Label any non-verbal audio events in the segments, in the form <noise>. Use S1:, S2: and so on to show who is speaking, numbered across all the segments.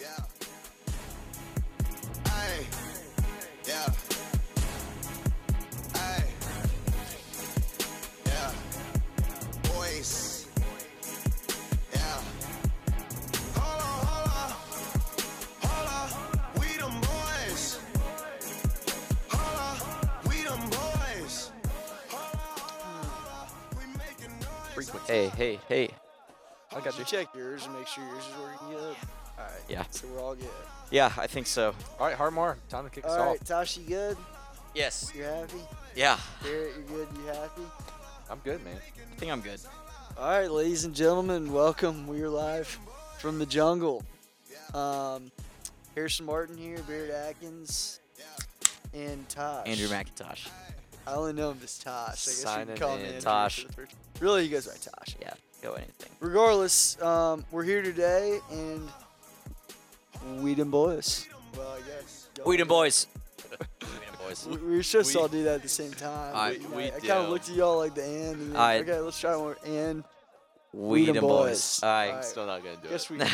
S1: Yeah. Ay. Yeah. Ay. Yeah. Boys. Yeah. Holla, holla, holla. We them boys. Holla, we them boys. Holla, holla, holla. We making noise.
S2: Frequency.
S3: Hey, hey, hey.
S2: I got to check yours and make sure yours is working good. All right.
S3: Yeah.
S2: So we're all good.
S3: Yeah, I think so.
S4: All right, Harmar, time to kick us
S2: All right,
S4: off.
S2: Tashi, good.
S3: Yes.
S2: You happy?
S3: Yeah.
S2: Garrett, you good? You happy?
S4: I'm good, man.
S3: I think I'm good.
S2: All right, ladies and gentlemen, welcome. We are live from the jungle. Um, Harrison Martin here, Barrett Atkins, and Tosh.
S3: Andrew McIntosh.
S2: I only know him as Tosh. I guess you
S4: Signing
S2: can call me
S3: in,
S2: Andrew
S3: Tosh.
S2: for the first- Really, he goes by Tosh.
S3: Yeah. Go anything.
S2: Regardless, um, we're here today and Weedon Boys.
S1: Uh,
S2: Well, I guess.
S3: Weedon boys. Weedon boys.
S2: We, we were supposed to
S4: We-
S2: all do that at the same time.
S3: I-
S2: but, you know,
S3: we
S2: I, kind of
S3: do.
S2: looked at y'all like the and. and then,
S3: I-
S2: okay, let's try one more. And Weedon
S3: Weedon
S2: boys.
S3: boys. I
S2: Alright.
S3: still not gonna do
S2: guess
S3: it. <laughs>
S2: we maybe.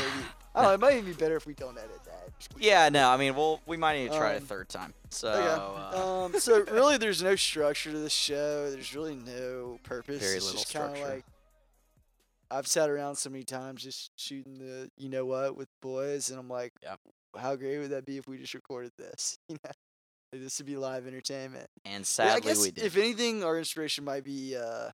S2: I don't know, it might even be better if we don't edit that. Just keep-
S3: yeah, no. I mean, we'll we might need to try it
S2: Um,
S3: a third time. So
S2: Okay.
S3: <laughs> uh,
S2: um, so really, there's no structure to the show. There's really no purpose.
S3: Very
S2: it's
S3: little
S2: just kinda
S3: structure.
S2: Like, I've sat around so many times just shooting the you know what with boys, and I'm like,
S3: Yeah.
S2: how great would that be if we just recorded this? <laughs> You know, Like, this would be live entertainment.
S3: and
S2: Yeah, I
S3: sadly
S2: guess
S3: we did.
S2: if anything, our inspiration might be uh,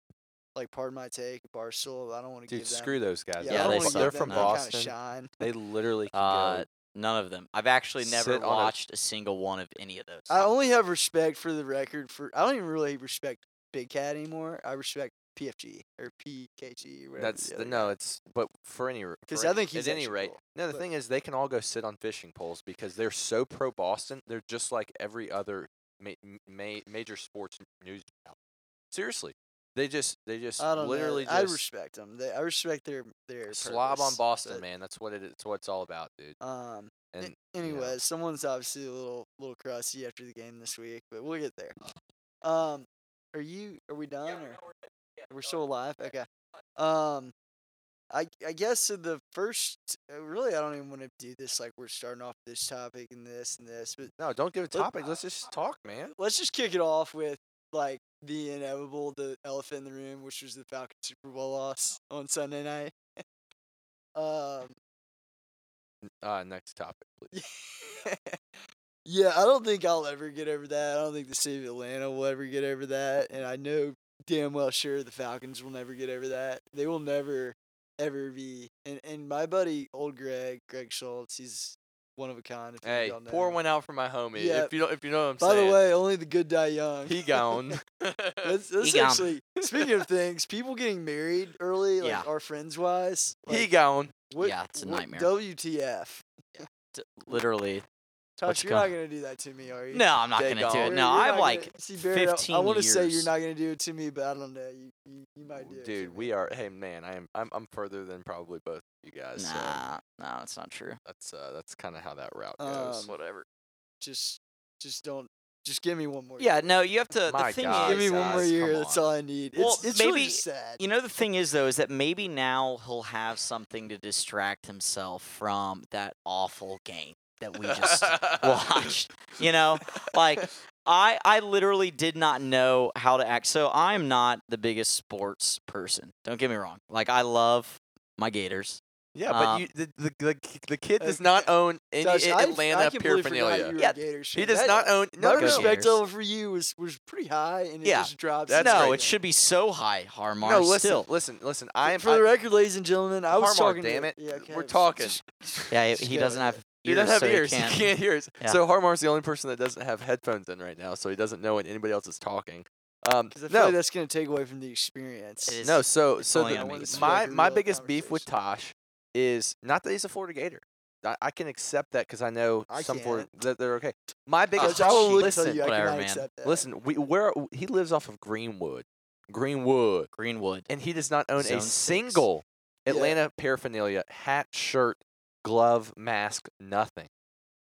S2: like part of my take, Barstool. I don't want to
S4: Dude,
S2: give
S4: screw
S2: them.
S4: those guys.
S3: Yeah,
S2: I
S4: They're
S2: don't
S3: they
S2: wanna
S4: from-
S2: give
S4: they're
S3: suck.
S2: them
S4: from
S2: that kinda
S4: Boston.
S2: shine.
S4: They literally can
S3: uh,
S4: go.
S3: none of them. I've actually never
S4: Sit on a-
S3: watched a single one of any of those.
S2: I only have respect for the record for I don't even really respect Big Cat anymore. I respect PFG or PKG or whatever.
S4: That's the, no, it's but for any r-
S2: Because
S4: for
S2: I
S4: any-
S2: think he's
S4: at any
S2: actually
S4: rate.
S2: cool,
S4: no, the
S2: but-
S4: thing is, they can all go sit on fishing poles because they're so pro Boston. They're just like every other ma- m- ma- major sports news. outlet. Seriously, they just they just
S2: I don't
S4: literally
S2: know. I
S4: just
S2: respect them. They, I respect their their
S4: slob on
S2: purpose,
S4: Boston,
S2: but,
S4: man. That's what it is. That's what it's all about, dude.
S2: Um.
S4: And know.
S2: anyway, someone's obviously a little little crusty after the game this week, but we'll get there. Um, are you? Are we done? or we're still alive. Okay. Um, I I guess so the first. uh, Really, I don't even want to do this. Like we're starting off this topic and this and this, but
S4: no, don't give a
S2: Look-
S4: topic. Let's just talk, man.
S2: let's just kick it off with like the inevitable, the elephant in the room, which was the Falcons Super Bowl loss on Sunday night. <laughs> um,
S4: Uh, next topic, please.
S2: yeah, I don't think I'll ever get over that. I don't think the city of Atlanta will ever get over that, and I know damn well sure the Falcons will never get over that. They will never ever be. And and my buddy, old Greg, Greg Schultz, he's one of a kind. If any of
S4: Hey,
S2: y'all know
S4: pour
S2: him.
S4: one out for my homie.
S2: Yeah.
S4: If you don't, if you know what I'm
S2: By
S4: saying.
S2: the way, only the good die young. <laughs>
S4: he gone. <laughs>
S2: That's, that's
S3: Egon.
S2: actually speaking of things, people getting married early, like
S3: Yeah.
S2: our friends wise.
S4: he
S2: Like,
S4: gone.
S2: what,
S3: Yeah, it's a
S2: what-
S3: nightmare.
S2: WTF?
S3: T- literally.
S2: Tosh,
S3: What's
S2: you're not
S3: going-
S2: gonna do that to me, are you?
S3: No, I'm not
S4: They
S3: gonna
S4: gone.
S3: do it.
S2: Oh, You're-
S3: No,
S2: you're
S3: I'm
S2: not
S3: like
S2: gonna- see, Barrett, I- I
S3: 15
S2: wanna say you're
S3: years.
S2: not gonna do it to me, but I don't know. You you, you might do. It to
S4: Dude,
S2: me.
S4: we are. Hey, man, I am. I'm, I'm further than probably both of you guys. So
S3: nah, no, it's not true.
S4: that's uh, that's kind of how that route goes.
S2: Um,
S3: Whatever.
S2: just just don't just give me one more. year.
S3: Yeah, no, you have to.
S4: My
S3: the thing
S4: God.
S2: give
S3: is, uh,
S2: me one more
S4: guys,
S2: year.
S4: come
S2: That's
S4: on.
S2: all I need.
S3: Well,
S2: it's it's really
S3: maybe-
S2: just sad.
S3: You know, the thing is, though, is that maybe now he'll have something to distract himself from that awful game that <laughs> we
S4: <laughs>
S3: just watched. You know, like I, I literally did not know how to act. So I'm not the biggest sports person. Don't get me wrong. Like I love my Gators.
S4: yeah, but
S3: uh,
S4: you, the, the the ki- the kid does
S2: Okay.
S4: not own any
S2: um, uh, Josh, I- I
S4: Atlanta
S2: completely forgot you
S4: paraphernalia.
S2: were a
S3: Yeah,
S2: Gators
S4: He
S2: fan.
S4: does
S2: <laughs> That-
S4: not own.
S2: My
S4: No,
S3: go
S2: respect
S3: Gators.
S2: level for you was was pretty high, and it
S3: Yeah,
S2: just dropped.
S4: That's
S3: no,
S4: great.
S3: it should be so high, Harmar.
S4: no. Listen,
S3: still.
S4: listen, listen.
S2: For-
S4: I am.
S2: for the record, ladies and gentlemen, I was
S4: Harmar,
S2: talking. to-
S4: damn it.
S2: Yeah, okay,
S4: We're
S2: just-
S4: talking.
S3: <laughs>
S2: just-
S3: Yeah,
S2: just
S3: he
S2: go
S3: doesn't
S2: with
S3: have
S2: it.
S4: He doesn't have
S3: so
S4: ears. <laughs>
S3: He
S4: He
S3: can't.
S4: can't, hear us.
S3: Yeah.
S4: So Harmar's the only person that doesn't have headphones in right now, so he doesn't know when anybody else is talking. Um,
S2: 'Cause I feel
S4: no,
S2: like that's gonna take away from the experience.
S3: It is-
S4: no. So,
S3: it's
S4: so
S3: only
S4: the-
S3: on me.
S4: my-
S3: This
S2: is
S4: my
S2: like a
S4: my
S2: real
S4: biggest beef with Tosh is not that he's a Florida Gator. I, I can accept that because I know
S2: I
S4: some
S2: can't.
S4: Florida that they're okay. My biggest
S3: <laughs>
S2: Because <laughs> I will
S4: listen,
S2: tell you, I
S3: whatever,
S2: cannot
S3: man.
S2: accept that.
S4: listen. We where he lives off of Greenwood, Greenwood,
S3: Greenwood.
S4: and he does not own
S3: Zone
S4: a
S3: six.
S4: single
S2: Yeah.
S4: Atlanta paraphernalia: hat, shirt, glove, mask, nothing.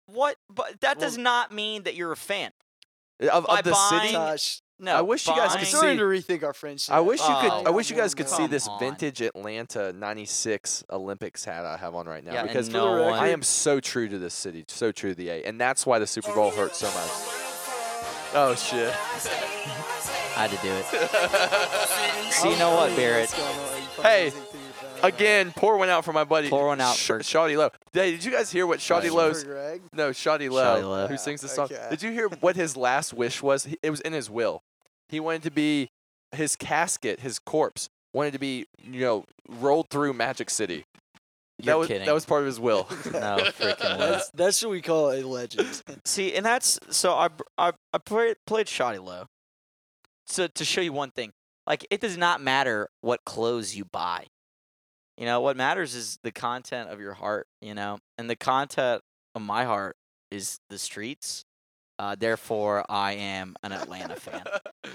S3: What? But that
S2: Well-
S3: does not mean that you're a fan.
S4: Of,
S3: By
S4: of the city,
S3: buying-
S2: Tosh,
S3: No,
S4: I wish you guys could
S3: buying-
S4: see-
S2: starting to rethink our friendship.
S4: I wish you could.
S3: Oh,
S4: I wish you guys could see
S3: come
S4: this
S3: on.
S4: vintage Atlanta '96 Olympics hat I have on right now
S3: Yeah, and
S4: because
S3: no
S4: for the record,
S3: one-
S4: I am so true to this city, so true to the A, and that's why the Super Bowl hurts so much. Oh shit!
S3: I had to do it.
S2: Oh,
S3: So you know what, Barrett?
S4: Hey, <laughs> Again, pour one out for my buddy.
S3: Pour one out
S4: Sh-
S3: for-
S4: Shoddy Low. Hey, did you guys hear what Shoddy
S3: Right.
S4: Low's?
S2: Greg.
S4: No, Shoddy Low,
S3: Shawty Low.
S4: who sings the song.
S2: Okay.
S4: Did you hear what his last wish was? He- It was in his will. He wanted to be his casket, his corpse wanted to be you know rolled through Magic City.
S3: You're
S4: that was
S3: kidding.
S4: that was part of
S3: <laughs>
S4: his will.
S3: no
S4: <laughs>
S3: freaking way.
S2: <laughs> That's, that's what we call a legend.
S3: See, and that's so I br- I I played played Shoddy Low. So to show you one thing, like it does not matter what clothes you buy. You know what matters is the content of your heart. You know, and the content of my heart is the streets. Uh, therefore, I am an Atlanta fan.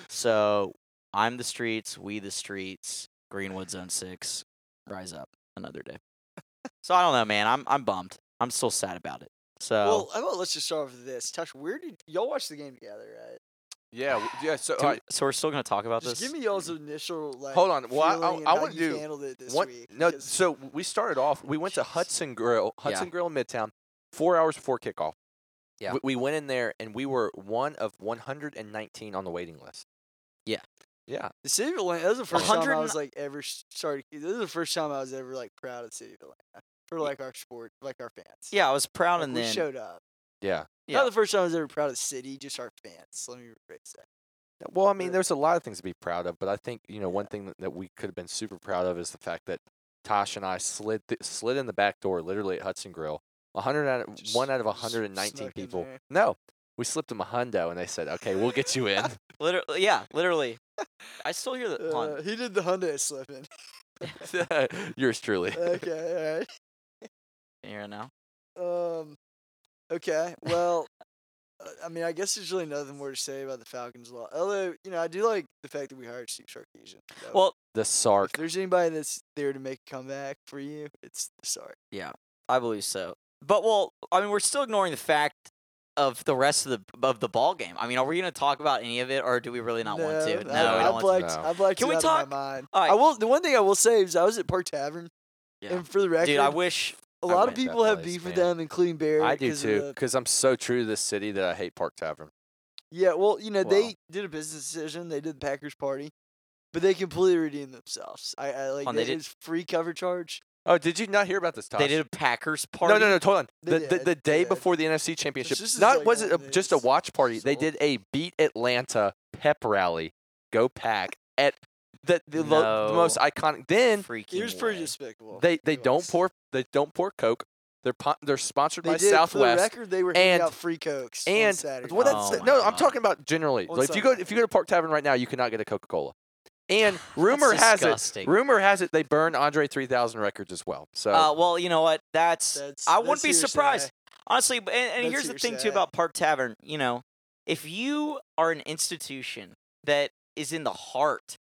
S3: So I'm the streets. We the streets. Greenwood Zone Six. Rise up another day. So I don't know, man. I'm I'm bummed. I'm still sad about it. So
S2: Well, how about let's just start off with this. Tush, where did y'all watch the game together, right?
S4: Yeah, w- yeah. So uh,
S3: Do we-
S4: alright,
S3: so we're still gonna talk about
S2: Just
S3: this.
S2: give me y'all's initial like.
S4: Hold on, well, I- I-
S2: feeling and
S4: I
S2: how
S4: wanna
S2: you
S4: do
S2: handled it this
S4: one-
S2: week.
S4: no.
S2: because-
S4: So we started off. We went to
S2: Jesus.
S4: Hudson Grill, Hudson Grill in Midtown, four hours before kickoff.
S3: Yeah.
S4: we, we went in there and we were one of 119 on the waiting list.
S3: Yeah.
S4: yeah.
S2: the city of Atlanta. That was the first time
S3: hundred
S2: I
S3: and-
S2: was like ever s- started. This is the first time I was ever like proud of the city of Atlanta for like our sport, like our fans.
S3: yeah, I was proud,
S2: like,
S3: and
S2: we
S3: then
S2: showed up.
S4: Yeah.
S3: Yeah.
S2: Not the first time I was ever proud of the city, just our fans. Let me rephrase that.
S4: Well, I mean,
S2: But-
S4: there's a lot of things to be proud of, but I think you know one thing that, that we could have been super proud of is the fact that Tosh and I slid th- slid in the back door, literally at Hudson Grill. 100 out of,
S2: Just
S4: one out of
S2: s-
S4: 119
S2: snuck in
S4: people.
S2: there.
S4: No, we slipped them a hundo, and they said, "Okay, we'll get
S2: <laughs>
S4: you in." <laughs>
S3: literally, yeah, literally. I still hear the
S2: Uh,
S3: pun.
S2: he did the Hyundai slipping.
S3: <laughs>
S4: Yours truly.
S2: Uh, okay, all right.
S3: Can you hear it now.
S2: Um, okay. Well, uh, I mean, I guess there's really nothing more to say about the Falcons' law. Although, you know, I do like the fact that we hired Steve Sarkisian. though.
S3: Well,
S4: The
S2: if
S4: Sark.
S2: there's anybody that's there to make a comeback for you, it's the Sark.
S3: I believe so. But well, I mean, we're still ignoring the fact of the rest of the of the ball game. I mean, are we gonna talk about any of it, or do we really not want to?
S2: I,
S3: No, we
S2: I
S3: don't want to.
S2: blacked.
S4: No.
S2: I blacked
S3: Can
S2: it
S3: we
S2: out
S3: talk-
S2: of my mind.
S3: All right.
S2: I will. The one thing I will say is I was at Park Tavern,
S3: Yeah.
S2: and for the record,
S3: Dude, I wish.
S2: a
S4: I
S2: lot of
S4: went to that
S2: people have
S4: place,
S2: beef with
S4: man.
S2: them, including Barry.
S4: I do
S2: 'cause of
S4: too,
S2: the-
S4: because I'm so true to this city that I hate Park Tavern.
S2: Yeah, well, you know,
S4: Wow.
S2: they did a business decision. They did the Packers party, but they completely redeemed themselves. I, I like
S3: Oh, and they
S2: they-
S3: did-
S2: it was free cover charge.
S4: Oh, did you not hear about this? Tosh?
S3: They did a Packers party.
S4: No, no, no. Hold on.
S2: They
S4: The, the,
S2: did,
S4: the
S2: they
S4: day
S2: did.
S4: before the NFC Championship,
S2: this is
S4: not
S2: like
S4: was it
S2: old
S4: a, just a
S2: news.
S4: watch party? They
S2: So-
S4: did a beat Atlanta pep rally, go pack at the the, lo- the most iconic. Then
S3: Freaking
S2: It was pretty
S3: way.
S2: despicable.
S4: they they
S2: It
S4: don't
S2: was.
S4: pour they don't pour Coke. They're po- they're sponsored
S2: They
S4: by
S2: did, For the
S4: Southwest.
S2: record, they were handing
S4: and-
S2: out free cokes on
S4: and
S2: Saturday.
S4: well, that's
S3: Oh my
S4: no. I'm
S3: God.
S4: talking about generally.
S2: On
S4: Like, if you go
S2: Sunday.
S4: if you go to Park Tavern right now, you cannot get a Coca Cola.
S3: <sighs>
S2: <sighs>
S4: And rumor has it,
S3: disgusting.
S4: rumor has it, they burned Andre 3000 records as well. So
S2: Oh,
S3: Uh, well, you know what? That's,
S2: That's-
S3: I wouldn't
S2: that's
S3: be
S2: hearsay.
S3: surprised, honestly. b- And, and
S2: That's
S3: here's the thing too
S2: hearsay.
S3: about Park Tavern. You know, if you are an institution that is in the heart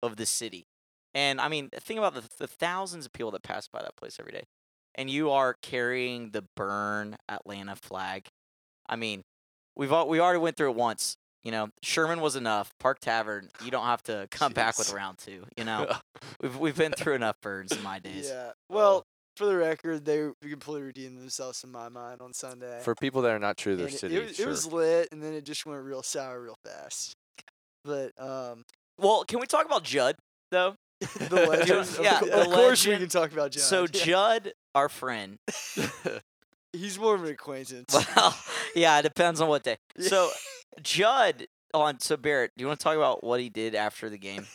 S3: of the city, and I mean, think about the, the thousands of people that pass by that place every day, and you are carrying the burn Atlanta flag. I mean, we've all, we already went through it once. You know, Sherman was enough. Park Tavern, you don't have to come back with
S4: Jeez.
S3: round two.
S2: <laughs>
S3: You know, we've we've been through enough burns in my days.
S2: Yeah. Well, for the record, they completely redeemed themselves in my mind on Sunday.
S4: for people that are not true to their
S2: And it-
S4: city,
S2: it, was,
S4: sure.
S2: it was lit, and then it just went real sour real fast. But um,
S3: Well, can we talk about Judd though?
S2: the legend, of
S3: yeah,
S2: co-
S3: the
S2: of, course we
S3: legend.
S2: can talk about John. <laughs>
S3: So
S2: Yeah.
S3: Judd, our friend.
S2: he's more of an acquaintance.
S3: Well, yeah, it depends on what day.
S2: Yeah.
S3: So Judd on so Barrett, do you want to talk about what he did after the game?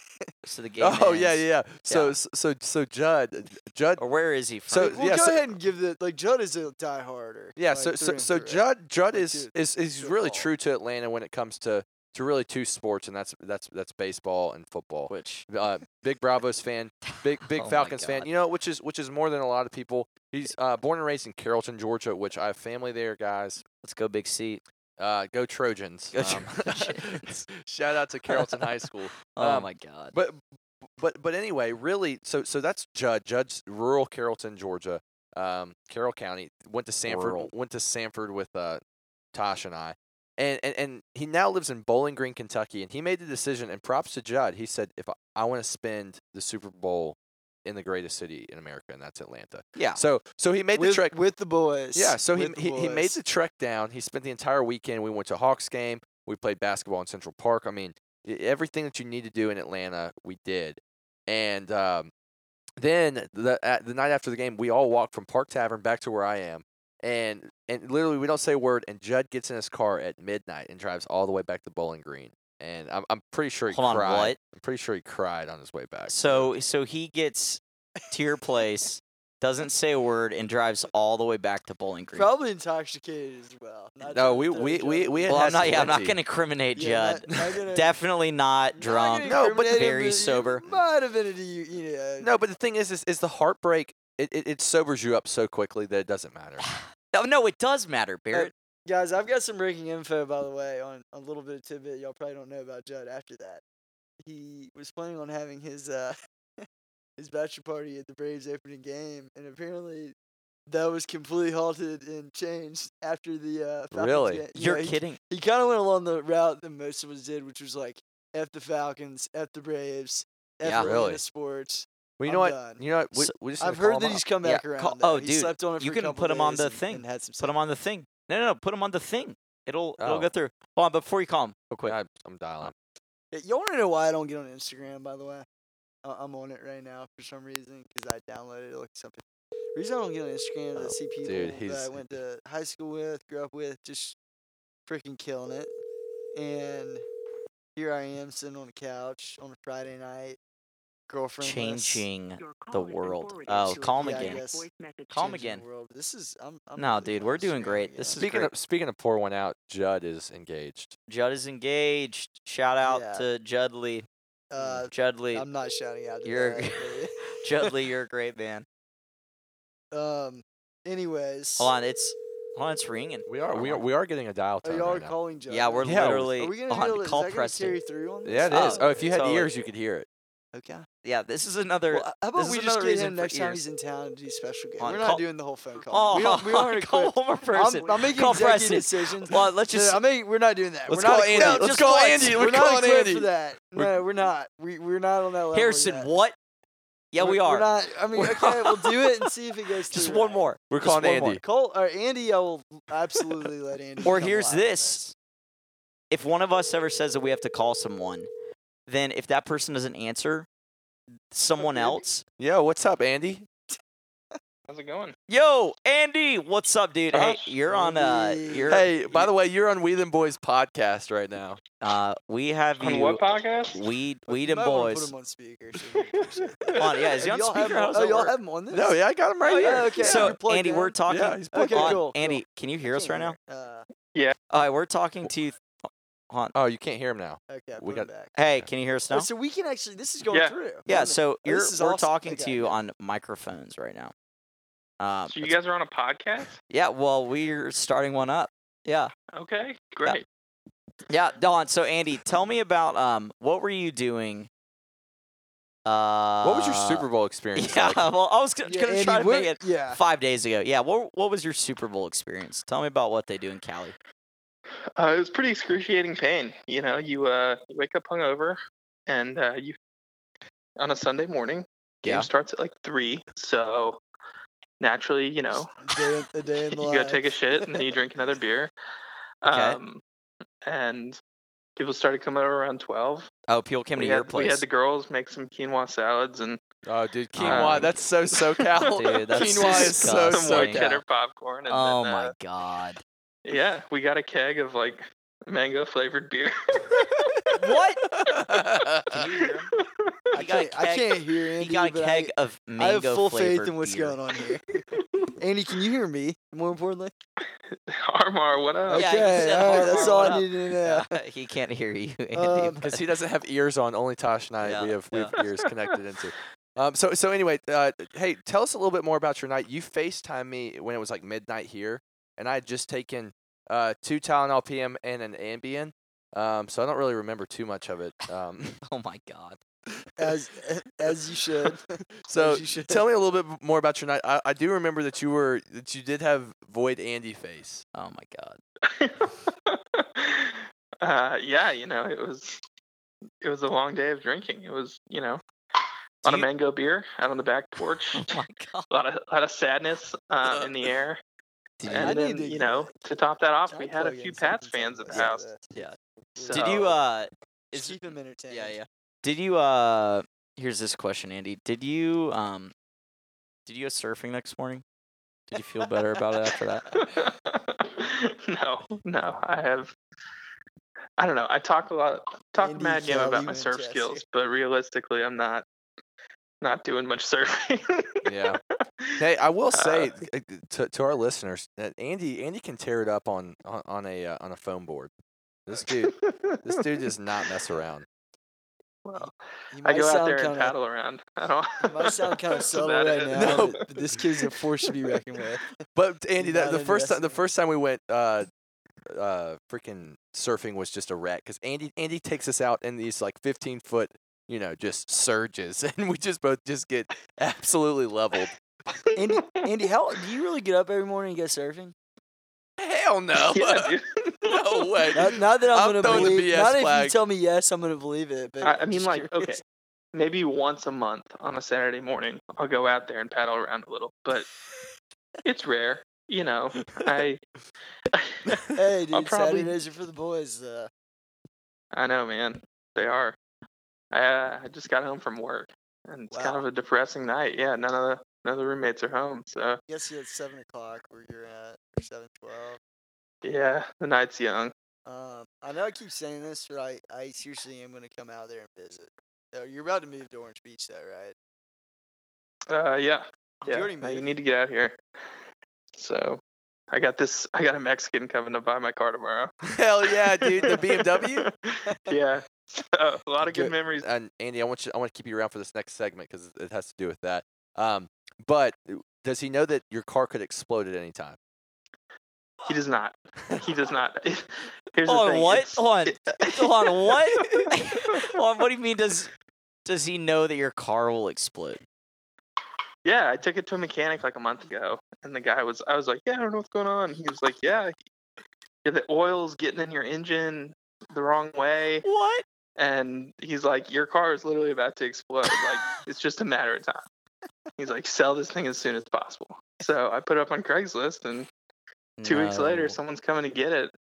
S3: So the game.
S4: <laughs> Oh yeah,
S3: ends,
S4: yeah, yeah. So s- so so Judd, Judd.
S3: Or where is he
S4: So-
S3: from?
S2: We'll
S4: yeah,
S2: go
S4: so-
S2: ahead and give the like Judd is a dieharder.
S4: Yeah.
S2: like,
S4: So so
S2: through and
S4: so
S2: through.
S4: Judd Judd
S2: Like,
S4: is
S2: to-
S4: is is
S2: to a
S4: really
S2: fault.
S4: true to Atlanta when it comes to to really two sports, and that's that's that's baseball and football.
S3: Which
S4: Uh, big Bravos fan, big
S3: <laughs>
S4: big
S3: Oh my
S4: Falcons fan.
S3: God.
S4: You know, which is which is more than a lot of people. He's uh, born and raised in Carrollton, Georgia, which I have family there, guys.
S3: let's go big C.
S4: Uh, go Trojans!
S3: Go
S4: Um,
S3: Trojans.
S4: <laughs> shout out to Carrollton High School.
S3: Oh
S4: Um,
S3: my god.
S4: But but but anyway, really, so so that's Judd. Judd's rural Carrollton, Georgia, um, Carroll County. Went to Sanford.
S3: Rural.
S4: Went to Sanford with uh, Tosh and I, And, and and he now lives in Bowling Green, Kentucky, and he made the decision. And props to Judd. He said, if I, I want to spend the Super Bowl in the greatest city in America, and that's Atlanta.
S3: Yeah.
S4: So so he made
S2: with,
S4: the trek.
S2: with the boys.
S4: Yeah. So he,
S2: with the
S4: he he made
S2: boys.
S4: the trek down. He spent the entire weekend. We went to a Hawks game. We played basketball in Central Park. I mean, e- everything that you need to do in Atlanta, we did. And um, then the at the night after the game, we all walked from Park Tavern back to where I am, and and literally we don't say a word. And Judd gets in his car at midnight and drives all the way back to Bowling Green. And I'm I'm pretty sure he
S3: Hold on,
S4: cried.
S3: what?
S4: I'm pretty sure he cried on his way back.
S3: So so he gets to your place, doesn't say a word, and drives all the way back to Bowling Green.
S2: Probably intoxicated as well. Not trying to
S4: No, we-
S2: throw
S4: we-
S2: Judd
S4: we-
S2: under
S4: we
S2: the
S4: had
S3: well,
S2: bus.
S3: I'm not. Yeah, I'm not
S4: plenty.
S3: going to incriminate
S2: Yeah,
S3: Judd.
S2: not- not gonna-
S3: Definitely not
S2: not
S3: drunk.
S2: gonna
S4: No, but
S2: incriminate him,
S3: very
S2: but it
S3: sober.
S2: Might have been a you. you know,
S4: no, but the thing is, is, is the heartbreak. It, it, it sobers you up so quickly that it
S3: <sighs>
S4: doesn't matter.
S3: Oh, no, it does matter, Barrett.
S2: Guys, I've got some breaking info, by the way, on a little bit of tidbit y'all probably don't know about Judd after that. He was planning on having his uh <laughs> his bachelor party at the Braves opening game, and apparently that was completely halted and changed after the uh Falcons
S4: Really?
S2: game. Yeah,
S3: You're
S2: he,
S3: kidding.
S2: He kinda went along the route that most of us did, which was like F the Falcons, F the Braves, F
S3: Yeah.
S2: Atlanta
S4: Really?
S2: sports.
S4: Well, you
S2: I'm
S4: know what?
S2: done.
S4: You know what? We,
S3: So-
S4: we just need
S2: I've
S4: to call
S2: heard that
S4: him
S2: he's
S4: up.
S2: come
S3: Yeah,
S2: back around.
S3: call-
S2: though.
S3: oh,
S2: he
S3: dude,
S2: slept on it for
S3: you
S2: a
S3: can
S2: couple
S3: put him on
S2: days
S3: the
S2: and-
S3: thing.
S2: and had some
S3: Put him on the thing. No, no, no. Put him on the thing. It'll it'll
S4: Oh.
S3: go through. Hold on, before you call him, real quick.
S4: I, I'm dialing.
S2: Yeah, you want to know why I don't get on Instagram? By the way, I- I'm on it right now for some reason because I downloaded it like something. Reason I don't get on Instagram
S3: Oh,
S2: is I see people
S4: dude,
S2: that I
S4: he's-
S2: went to high school with, grew up with, just freaking killing it. And here I am sitting on the couch on a Friday night, girlfriend.
S3: Changing.
S5: the
S3: has been
S5: world.
S3: forwarded
S5: Oh,
S3: to a
S5: calm
S2: Yeah, I
S5: again.
S2: guess.
S3: Calm again.
S2: World. This is I'm. I'm
S3: No,
S2: really
S3: dude,
S2: on
S3: we're doing
S2: Instagram
S3: great.
S2: again.
S3: This is
S4: Speaking
S3: great.
S4: of speaking of pour one out, Judd is engaged.
S3: Judd is engaged. Shout out
S2: Yeah.
S3: to Judd Lee.
S2: Uh,
S3: Judd Lee.
S2: I'm <laughs> not shouting out. To
S3: You're-
S2: that, but-
S3: Judd Lee, you're a great man. <laughs>
S2: um. Anyways,
S3: Hold on, it's hold on, it's ringing.
S4: We are
S3: Hold
S4: we
S3: on.
S4: are we are getting a dial
S2: are
S4: tone.
S2: Oh, y'all
S4: right now.
S2: calling Joe?
S3: Yeah, we're
S4: Yeah, we're-
S3: literally
S2: Are we gonna
S3: on
S2: be able to,
S3: call
S2: is that gonna
S3: Preston.
S2: carry through on this?
S4: Yeah, it is.
S3: Oh,
S4: Oh, if you had
S3: totally.
S4: ears, you could hear it.
S2: Okay.
S3: Yeah, this is another.
S2: Well, uh, how about
S3: this is
S2: we just
S3: another
S2: get
S3: reason
S2: him
S3: for
S2: next time
S3: ears.
S2: he's in town to do special guests.
S3: On
S2: We're not
S3: call-
S2: doing the whole phone call.
S3: oh, <laughs>
S2: we don't. We don't wanna
S3: call
S2: quit.
S3: home a person.
S2: I'm, I'm making
S3: call
S2: executive
S3: Preston.
S2: decisions.
S3: Well,
S2: <laughs>
S3: let's just.
S2: no, I mean, we're not doing that.
S3: Let's
S2: we're not
S3: call
S2: equipped-
S3: Andy. Let's
S2: just
S3: call
S2: once.
S3: Andy.
S2: We're,
S3: We're
S2: not
S3: calling
S2: equipped
S3: Andy.
S2: for that. no, we're not. We we're not on that level.
S3: Harrison,
S2: yet.
S3: what? Yeah,
S2: We're-
S3: we are.
S2: We're not. I mean,
S3: We're-
S2: okay, we'll do it and see if it goes.
S3: <laughs> just
S2: through
S3: one
S2: right.
S3: more.
S4: We're
S3: Just
S4: calling
S3: one more.
S4: Andy.
S2: Cole or Andy, I will absolutely let Andy.
S3: Or
S2: come
S3: here's
S2: live with
S3: this. If one of us ever says that we have to call someone, then if that person doesn't answer, someone
S2: Maybe.
S3: else.
S4: Yo, what's up, Andy?
S6: How's it going?
S3: Yo, Andy, what's up, dude?
S4: Huh?
S3: Hey, you're on. Uh,
S2: Andy.
S3: you're.
S4: Hey, by the way, you're on Wheeling Boys podcast right now.
S3: Uh, we have
S6: On
S3: you.
S6: what podcast?
S3: Weed,
S2: But
S3: Weed
S2: you
S3: and
S2: might wanna
S3: Boys.
S2: Put him on speaker. so he can appreciate it.
S3: Come <laughs> on,
S2: <laughs>
S3: yeah, is he
S2: Have
S3: on
S2: y'all have
S3: speaker?
S2: him-
S3: How does
S2: Oh,
S3: that
S2: y'all
S3: work?
S2: have him on this?
S4: No, yeah, I got him right
S2: Oh,
S4: here.
S2: yeah, okay.
S3: So,
S2: You're plugged
S3: Andy,
S2: in?
S3: we're talking.
S4: Yeah, he's
S2: Okay,
S4: plugged
S3: Hold on,
S4: on.
S2: cool.
S3: Andy, can you hear us right now?
S2: Uh,
S3: All right, we're talking to you. Hold on.
S4: Oh, you can't hear him now.
S2: okay,
S4: We
S2: we
S4: got-
S2: got back.
S3: Hey,
S4: Okay.
S3: can you hear us
S2: Oh,
S3: now?
S2: so we can actually. This is going
S6: Yeah.
S2: through.
S3: Yeah, so you're
S2: this is
S3: we're
S2: awesome.
S3: talking to
S2: Okay.
S3: you on microphones right now. Um,
S6: So you
S3: that's-
S6: guys are on a podcast?
S3: yeah, well, we're starting one up. Yeah,
S6: Okay, great.
S3: yeah, Don. So Andy, tell me about um, what were you doing? Uh,
S4: What was your Super
S3: <laughs>
S4: <laughs> Bowl experience
S3: Yeah,
S4: like?
S3: well, I was gonna,
S2: Yeah,
S3: gonna
S2: Andy,
S3: try to
S2: what-
S3: make it
S2: Yeah.
S3: five days ago. Yeah, what what was your Super Bowl experience? Tell me about what they do in Cali.
S6: Uh, it was pretty excruciating pain. You know, you uh, you wake up hungover, and uh, you on a Sunday morning. Game
S3: Yeah.
S6: starts at like three, so naturally, you know, <laughs>
S2: A day, a day in the
S6: you
S2: life.
S6: go take
S3: <laughs>
S6: a shit and then you drink another beer.
S3: Okay.
S6: Um, and people started coming over around twelve.
S3: Oh, people came
S6: we,
S3: to
S6: had,
S3: your
S6: we
S3: place.
S6: had the girls make some quinoa
S3: <laughs>
S6: salads and
S4: Oh, dude, quinoa.
S6: Um,
S4: that's so
S6: <laughs>
S4: SoCal. <laughs>
S3: Dude, that's
S4: quinoa is so
S6: some white
S3: disgusting.
S4: SoCal.
S6: cheddar popcorn. And
S3: oh
S6: then,
S3: my
S6: uh,
S4: <laughs>
S3: god!
S6: Yeah, we got a keg of like mango flavored
S2: <laughs>
S6: beer. <laughs>
S3: What?
S2: I
S3: <laughs> You got
S4: <laughs> uh,
S3: a
S2: can't, I
S3: keg-
S2: can't hear Andy.
S3: <laughs> He got a
S2: but I-
S3: keg of
S2: I,
S3: mango
S2: have full faith
S3: flavored
S2: in what's
S3: beer.
S2: going on
S3: <laughs>
S2: here. Andy, can you hear me? More importantly.
S6: Armar, what up?
S3: Yeah, he
S2: okay.
S3: said
S2: All right.
S3: more
S2: That's all I
S3: importantly.
S2: needed to know.
S3: <laughs> he can't hear you, Andy.
S2: Um, <laughs>
S3: but-
S4: because he doesn't have ears on. Only Tosh and I we
S3: Yeah,
S4: have we have ears connected into. Um, so so anyway, uh, hey, tell us a little bit more about your night. You Facetime me when it was like midnight here, and I had just taken uh, two Tylenol PM and an Ambien. Um, so I don't really remember too much of it.
S3: <laughs>
S4: Um,
S3: oh my god!
S2: As as you should. <laughs>
S4: so
S2: As you should.
S4: tell me a little bit m- more about your night. I, I do remember that you were that you did have void Andy face.
S3: Oh my god!
S6: <laughs> uh, yeah, you know, it was it was a long day of drinking. It was, you know, a lot
S3: Do
S6: of
S3: you-
S6: mango beer out on the back
S2: <laughs>
S3: <laughs>
S6: porch,
S3: Oh
S6: <laughs>
S3: my god.
S6: a lot of a lot of sadness uh, in the air,
S4: Did
S2: I
S6: and
S2: need
S6: then
S2: to
S6: you
S2: get
S6: know, to top that off, we
S2: Try
S6: had a
S2: plug
S6: few
S2: in
S6: Pats
S2: something
S6: fans at the
S2: like that.
S6: house.
S3: Yeah.
S2: Yeah.
S3: Did you
S6: So-
S3: uh
S2: Just
S3: is
S2: keep them entertained.
S3: yeah, yeah. Did you uh here's this question, Andy. Did you um did you go surfing next morning? Did you feel better about it after that?
S6: no, no, I have. I don't know. I talk a lot, talk
S2: Andy
S6: mad game about
S2: Kelly
S6: my surf
S2: Winchester.
S6: skills, but realistically, I'm not not doing much <laughs> surfing.
S4: Yeah. Hey, I will say
S6: Uh,
S4: uh, uh, to, to our listeners that Andy Andy can tear it up on on, on a uh, on a foam board. This dude this dude does not mess around.
S6: Well,
S2: You
S6: <laughs> I
S2: might
S6: go out
S2: sound
S6: there and
S2: kinda,
S6: paddle around. I don't.
S2: You might sound kind of
S6: <laughs> That's
S2: subtle
S6: about
S2: right
S6: it.
S2: now.
S4: No.
S2: but This kid's a force
S6: <laughs>
S2: to be reckoned with.
S4: But Andy,
S2: He's not
S4: that, the first time the
S2: interested.
S4: first time we went uh uh freaking surfing was just a wreck because Andy Andy takes us out in these like 15 foot you know just surges <laughs> and we just both just get absolutely leveled.
S6: <laughs>
S2: Andy, Andy, how do you really get up every morning and go surfing?
S4: Hell no.
S6: <laughs> Yeah, dude.
S2: <laughs>
S4: No way.
S2: Now, now that I'm,
S4: I'm
S2: gonna
S4: throwing the
S2: believe,
S4: BS
S2: not if you
S4: flag.
S2: tell me yes, I'm gonna believe it. But <laughs>
S6: I, I
S2: I'm
S6: mean,
S2: just
S6: like, okay,
S2: curious.
S6: maybe once a month on a Saturday morning, I'll go out there and paddle around a little, but it's rare. You know,
S2: <laughs>
S6: I <laughs>
S2: Hey, dude,
S6: probably-
S2: Saturdays are for the boys. Uh,
S6: I know, man, they are. I uh, I just got home from work, and it's kind
S2: Wow.
S6: of a depressing night. Yeah, none of the none of the roommates are home, so
S2: yes, you at seven o'clock where you're at, or seven twelve.
S6: yeah, the night's young.
S2: Um, I know I keep saying this, but I, I seriously am gonna come out there and visit. So you're about to move to Orange Beach, though, right?
S6: Uh, yeah,
S2: Oh, You
S6: yeah.
S2: already
S6: now you
S2: moved.
S6: need to get out here. So, I got this. I got a Mexican coming to buy my car tomorrow.
S4: <laughs> Hell yeah, <laughs> dude.
S6: <laughs>
S4: The BMW.
S6: yeah. So, a lot of good
S4: Good.
S6: memories.
S4: and Andy, I want you, I want to keep you around for this next segment because it has to do with that. Um, but uh, does he know that your car could explode at any time?
S6: He does not. He does not. <laughs> <laughs> Here's
S3: Hold on,
S6: the thing.
S3: what?
S6: it's-
S3: Hold on.
S6: it- <laughs>
S3: Hold on, what? Hold <laughs> on, what do you mean does does he know that your car will explode?
S6: yeah, I took it to a mechanic like a month ago, and the guy was. I was like, yeah, I don't know what's going on. He was like, yeah, yeah, the oil's getting in your engine the wrong way,
S3: What?
S6: and he's like, your car is literally about to explode. Like it's just a matter of time. He's like, sell this thing as soon as possible. So I put it up on Craigslist, and two weeks later,
S3: No.
S6: someone's coming to get it. <laughs>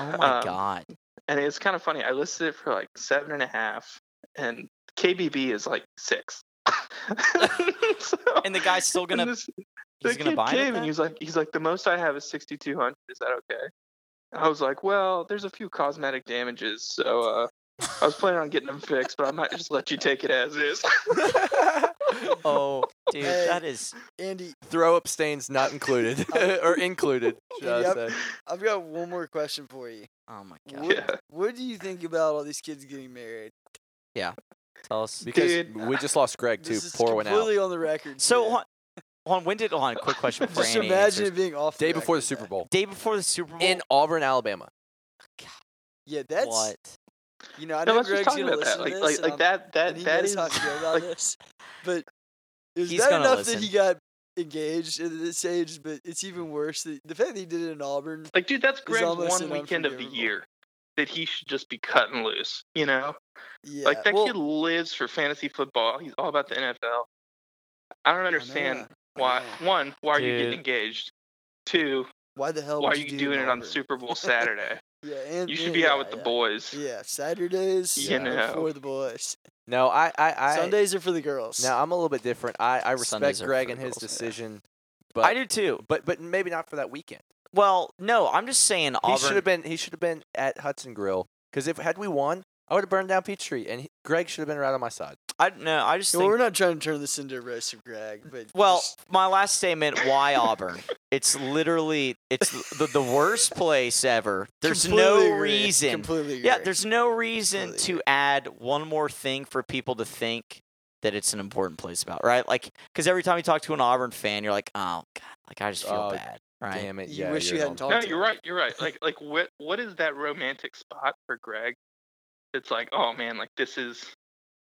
S3: Oh my
S6: um,
S3: god.
S6: and it's kind of funny. I listed it for like seven and a half, and KBB is like six. <laughs> So-
S3: And the guy's still gonna-
S6: and this-
S3: He's
S6: the
S3: gonna
S6: kid
S3: buy
S6: came
S3: it.
S6: and
S3: then?
S6: he's like, he's like, the most I have is sixty two hundred. Is that okay? And I was like, well, there's a few cosmetic damages, so uh, I was planning on getting them fixed, but I might just let you take it
S2: <laughs>
S6: as is. <laughs>
S3: Oh, dude,
S2: Hey.
S3: that is
S2: Andy,
S4: Throw up stains
S2: <laughs>
S4: not included <laughs> or included. should I
S2: Yep.
S4: say.
S2: I've got one more question for you.
S3: oh my god.
S2: What,
S6: Yeah.
S2: what do you think about all these kids getting married?
S3: Tell us.
S4: Because
S6: Dude.
S4: we just lost Greg too.
S2: This is
S4: Poor one out.
S2: completely on the record.
S3: So
S2: today.
S3: hold on, hold on, when did hold on, quick
S2: <laughs>
S3: question before
S2: just
S3: Andy
S2: imagine
S3: answers.
S2: it being off
S4: Day before the
S2: record,
S4: Super
S2: though.
S4: Bowl
S3: Day before the Super Bowl.
S4: in Auburn, Alabama.
S2: Yeah, that's
S3: what?
S2: you know I
S6: No,
S2: know
S6: let's
S2: Greg's
S6: just talk
S2: gonna
S6: about that.
S2: listen
S6: Like,
S2: to this,
S6: like,
S2: and
S6: like
S2: I'm-
S6: that,
S2: and
S6: that,
S2: he
S6: that
S2: knows
S6: is.
S2: how I feel about
S6: <laughs> like-
S2: this. But is
S3: He's
S2: that
S3: gonna
S2: enough that
S3: listen.
S2: he got engaged at this age? But it's even worse that the fact that he did it in Auburn.
S6: Like, dude, that's Greg's
S2: almost an
S6: one weekend of the
S2: unforgivable-
S6: year that he should just be cutting loose. You know.
S2: Yeah,
S6: Like that
S2: well,
S6: kid lives for fantasy football. He's all about the NFL. I don't understand
S2: I
S6: why.
S2: know.
S6: One, why are you
S3: Dude.
S6: getting engaged? Two,
S2: Why the hell?
S6: why are
S2: would
S6: you
S2: do
S6: doing it on
S2: Auburn?
S6: Super
S2: <laughs>
S6: Bowl Saturday?
S2: Yeah, and
S6: you should
S2: and-
S6: be
S2: yeah,
S6: out with the
S2: yeah.
S6: boys.
S2: Yeah, Saturdays
S6: You
S2: are
S6: know.
S2: for the boys.
S4: No, I I, I
S2: Sundays are for the girls.
S4: Now I'm a little bit different. I I respect
S3: Sundays are
S4: Greg
S3: for
S4: and his
S3: girls, yeah.
S4: decision, but
S3: I do too.
S4: but but maybe not for that weekend.
S3: Well, no, I'm just saying
S4: He should
S3: Auburn.
S4: have been. He should have been at Hudson Grill because if had we won, I would have burned down Peachtree, and he, Greg should have been right on my side.
S3: I no, I just
S2: Well, we're
S3: think.
S2: not trying to turn this into a roast of Greg, but
S3: Well,
S2: just-
S3: my last statement. Why Auburn? It's literally it's the, the worst place ever. There's no
S2: completely agree,
S3: reason.
S2: Completely.
S3: Yeah,
S2: agree.
S3: there's no reason
S2: Completely
S3: to add one more thing for people to think that it's an important place about, right? Like, because every time you talk to an Auburn fan, you're like, oh, God, like I just feel
S4: Oh,
S3: bad, right?
S4: Damn it!
S2: You
S4: yeah,
S2: wish you
S4: you're
S2: hadn't
S4: wrong.
S2: talked
S6: No,
S2: to
S6: you're
S2: him.
S6: right. You're right. Like, like what? What is that romantic spot for Greg? It's like, oh man, like this is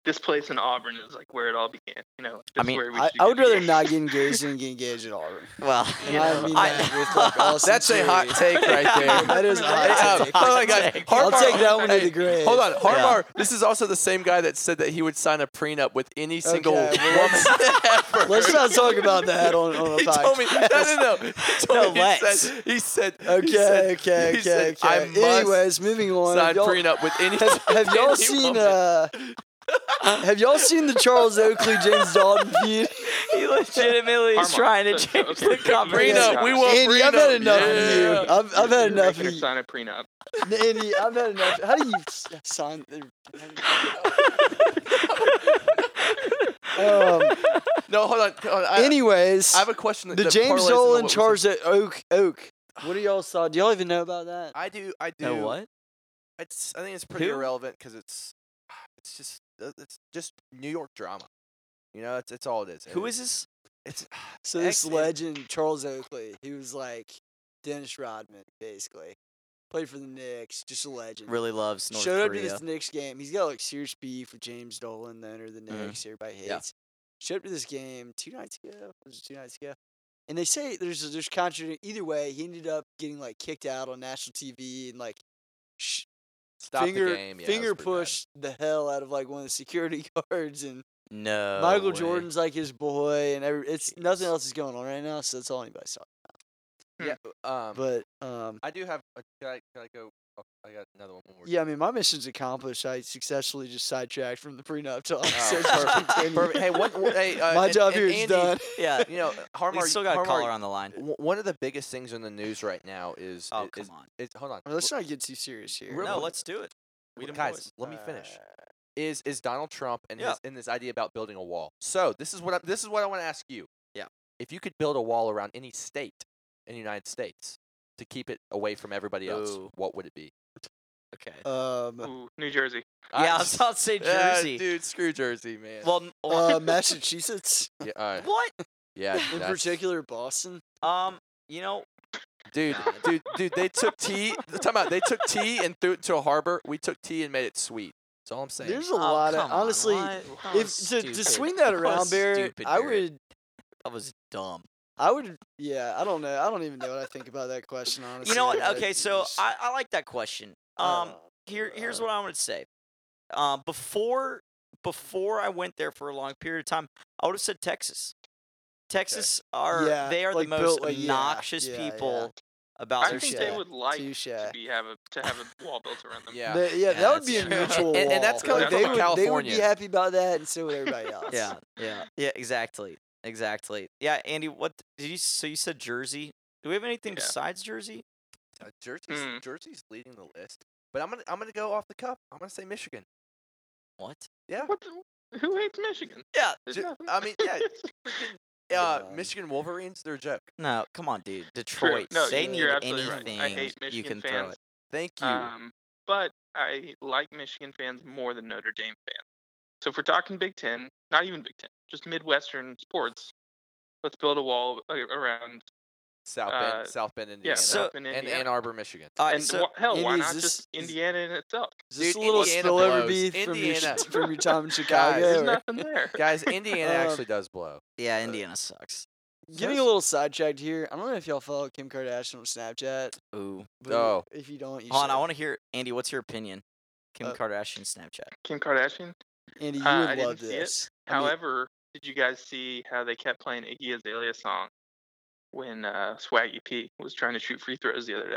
S6: this place in Auburn is like where it all began. You know,
S3: I
S6: this
S3: mean,
S6: where we
S2: I,
S6: should
S2: I
S6: go
S2: would
S6: to <laughs>
S2: rather
S6: get-
S2: not get engaged than get engaged at Auburn.
S3: Well,
S2: And I mean
S3: I-
S2: that with like
S3: <laughs>
S2: all
S4: That's a hot
S2: sincerity.
S4: take right there.
S2: <laughs> That is a hot
S4: Hey, uh,
S2: take.
S4: by the way, guys,
S3: Hot take.
S2: <laughs> I'll
S4: Harbaugh-
S2: take that one to
S4: hey,
S2: the grave.
S4: Hold on, Harbaugh. This is also the same guy that said that he would sign a prenup with any single
S2: well,
S4: woman <laughs> ever.
S2: Let's not talk about
S4: <laughs>
S2: that on, on a
S4: He told
S2: podcast.
S4: me. No, no,
S2: <laughs>
S4: no. He
S3: No,
S4: told me- he,
S3: let's.
S4: said, he said. he
S2: Okay,
S4: said-
S2: okay,
S4: he
S2: okay,
S4: said,
S2: okay.
S4: I must
S2: Anyways, moving on. Have
S4: sign
S2: y'all,
S4: prenup with
S2: <laughs>
S4: any. <laughs>
S2: have, have y'all
S4: any
S2: seen
S4: woman.
S2: uh, Have y'all seen the Charles Oakley James Dalton
S4: <laughs>
S2: feud?
S3: he legitimately is
S6: Harbaugh.
S3: trying to
S6: Okay, <laughs>
S3: change
S6: okay,
S3: the
S6: okay.
S3: conversation.
S4: Prenup. We want
S2: Andy,
S4: prenup.
S2: I've had enough
S4: yeah.
S2: of you. I've, I've had
S6: You're
S2: enough of
S6: making her
S2: you.
S6: Sign a prenup.
S2: Andy, I've had enough. How do you s- sign? the- Um,
S4: No, hold on. hold on, <laughs> I,
S2: anyways,
S4: I have a question. That,
S2: the
S4: that
S2: James
S4: parlays into what
S2: Dolan
S4: was-
S2: Charles Oak Oak. What do y'all saw? Do y'all even know about that?
S4: I do. I do.
S3: No, what?
S4: It's. I think it's pretty
S3: Who?
S4: irrelevant because it's. <sighs> It's just. uh, It's just New York drama. You know, it's, it's all it is.
S3: Who
S4: It-
S3: is this?
S4: It's.
S2: So this
S4: Ex-
S2: legend, Charles Oakley, he was like Dennis Rodman, basically. Played for the Knicks, just a legend.
S3: Really loves North
S2: Showed up to
S3: Korea.
S2: this Knicks game. He's got like serious beef with James Dolan, the owner of the
S3: Mhm.
S2: Knicks. Everybody hates.
S4: Mm-hmm. Yeah.
S2: Showed up to this game two nights ago. Was it two nights ago? And they say there's there's contradiction. Either way, he ended up getting like kicked out on national TV and like sh-
S4: Stop
S2: finger
S4: the game. Yeah, it was
S2: finger
S4: pretty bad.
S2: pushed the hell out of like one of the security <laughs> guards and
S3: No.
S2: Michael
S3: way.
S2: Jordan's like his boy, and every, it's nothing
S3: Jeez.
S2: else is going on right now, so that's all anybody saw.
S4: Yeah. Um.
S2: But um,
S4: I do have. A, can I? Can I go? Oh, I got another one. More.
S2: yeah, I mean, my mission's accomplished. I successfully just sidetracked from the prenup
S3: <laughs>
S2: talk.
S4: Oh,
S2: so just
S4: perfect.
S2: continue.
S4: perfect. Hey, what? what- hey, uh,
S2: <laughs> my
S4: and-
S2: job
S4: and
S2: here is
S4: Andy,
S3: <laughs>
S2: done.
S3: <laughs> Yeah.
S4: You know, uh,
S3: We
S4: Harmar.
S3: still got
S4: Harmar,
S3: caller on the line.
S4: w- One of the biggest things in the news right now is.
S3: Oh,
S4: is,
S3: come
S4: is-
S3: on.
S4: It's, hold on.
S2: Well, let's not get too serious here.
S4: Real
S3: No,
S4: quick.
S3: let's do it. We
S4: Look,
S3: didn't
S4: guys,
S3: vote.
S4: let me finish. Is is Donald Trump and
S3: Uh, Yeah.
S4: his and this idea about building a wall? So this is what I, this is what I want to ask you.
S3: Yeah.
S4: If you could build a wall around any state in the United States to keep it away from everybody else,
S3: Ooh.
S4: what would it be?
S3: Okay.
S2: Um,
S6: Ooh, New Jersey.
S3: Yeah, I was
S4: s-
S3: about
S2: <laughs>
S3: to
S4: <laughs>
S3: say
S4: Yeah,
S3: Jersey.
S4: uh, dude, screw Jersey, man.
S3: well, n- or-
S2: uh,
S3: <laughs>
S2: Massachusetts,
S4: yeah, all right.
S3: what?
S4: yeah,
S3: <laughs>
S2: in
S4: that's-
S2: particular, Boston.
S3: Um, you know,
S4: dude,
S3: Nah.
S4: dude, dude. They took tea. Time out. They took tea and threw it to a harbor. We took tea and made it sweet. That's all I'm saying.
S2: There's a
S3: oh,
S2: lot
S3: come
S2: of
S3: on,
S2: honestly.
S3: what? That
S2: If
S3: was
S2: to, to
S3: stupid.
S2: swing that
S3: was
S2: around, Barrett,
S3: stupid,
S2: I
S3: Barrett.
S2: would,
S3: That was dumb.
S2: I would, yeah, I don't know, I don't even know what I think about that question. Honestly,
S3: You know what?
S2: but
S3: Okay, so
S2: just-
S3: I, I like that question. Um,
S2: Uh,
S3: here here's
S2: uh,
S6: Uh-huh.
S3: what I wanted to say. Um, before before I went there for a long period of time, I would have said Texas. Texas are
S2: Yeah,
S3: they are
S2: like
S3: the most
S2: built like- yeah,
S3: obnoxious
S2: yeah, yeah.
S3: people
S6: I
S3: about their
S6: think
S2: touche.
S3: shit.
S6: they would like
S2: Touche.
S6: to be have a to have a wall built around
S4: <laughs>
S6: them.
S4: yeah.
S2: They- yeah,
S3: Yeah,
S2: that would
S3: that's
S2: be a
S3: true.
S2: mutual
S4: And- and that's
S2: wall.
S6: coming
S2: Like,
S6: from
S2: they would, They would
S4: California.
S2: be happy about that, and so would everybody else.
S3: Yeah, yeah, yeah. Exactly, exactly. Yeah, Andy, what did you? So you said Jersey. Do we have anything
S6: Yeah.
S3: besides Jersey?
S4: Uh, Jersey's
S6: Hmm.
S4: Jersey's leading the list, but I'm gonna I'm gonna go off the cup. I'm gonna say Michigan.
S3: What?
S4: Yeah,
S6: What? the- Who hates Michigan?
S3: Yeah.
S6: There's
S4: Ju-
S6: nothing.
S4: I mean,
S6: <laughs>
S4: yeah, uh,
S2: God.
S4: Michigan Wolverines. They're a joke.
S3: No, come on, dude. Detroit.
S6: No,
S3: they
S6: you're
S3: need
S6: absolutely right. I
S3: anything
S6: hate
S3: you can
S6: Michigan
S3: throw
S6: fans.
S3: it.
S4: Thank you.
S6: Um, but I like Michigan fans more than Notre Dame fans. So if we're talking Big Ten, not even Big Ten, just Midwestern sports, let's build a wall a- around
S4: South
S6: uh,
S4: Bend, South Bend, Indiana,
S6: yeah,
S3: So-
S6: up in
S4: and
S6: Indiana.
S4: Ann Arbor, Michigan.
S3: All right,
S6: Uh, and
S3: so,
S6: wh- hell, why
S2: Andy, is
S6: not
S2: this-
S6: just
S2: is-
S6: Indiana in itself?
S2: Is this
S4: Dude,
S2: Uh, a little
S4: Indiana
S2: spillover
S4: blows.
S2: beef from your,
S4: Indiana.
S2: sh- <laughs> from your time in
S6: There's <laughs>
S2: Chicago?
S6: nothing there.
S4: Guys, Indiana
S2: Um,
S4: actually does blow.
S6: uh,
S3: yeah, Indiana sucks.
S2: Getting a little sidetracked here. I don't know if y'all follow Kim Kardashian on Snapchat.
S3: Ooh.
S2: But
S4: Oh.
S2: If you don't, you
S3: Hold on, I
S2: should.
S3: want to hear Andy. What's your opinion? Kim
S2: Uh,
S3: Kardashian Snapchat.
S6: Kim Kardashian.
S2: Andy, you
S6: Uh,
S2: would
S6: I didn't
S2: love
S6: see it.
S2: this. I mean-
S6: However, did you guys see how they kept playing Iggy Azalea song when uh, Swaggy P was trying to shoot free throws the other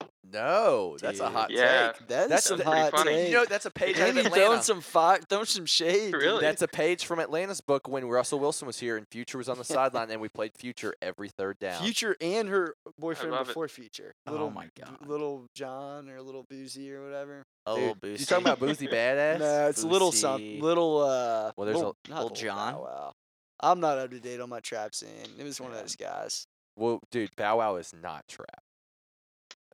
S6: day?
S4: No, that's a
S2: Dude.
S4: hot
S6: Yeah.
S4: take.
S2: that is
S4: That's
S2: some
S4: a-
S6: pretty
S2: hot
S6: funny.
S2: take.
S4: You know, that's a page out of
S2: Andy throwing
S4: Atlanta.
S2: some fire, throwing some shade. dude.
S6: Really?
S4: That's a page from Atlanta's book when Russell Wilson was here and Future was on the sideline, and we played Future every third down.
S2: Future and her boyfriend
S6: love it.
S2: before Future.
S3: Oh
S2: Little,
S3: my
S2: B-
S3: God.
S2: Little John or Little Boozy or whatever.
S3: Oh,
S4: Dude,
S3: little
S4: You
S3: boost.
S4: talking about Boozy <laughs> Badass?
S2: No, it's a little
S3: Boosie.
S2: something. Little uh.
S4: Well, there's
S2: little,
S4: a-
S2: not
S3: Lil Jon.
S2: Bow Wow. I'm not up to date on my trap scene. It was one
S4: Yeah.
S2: of those guys.
S4: Well, dude, Bow Wow is not trap.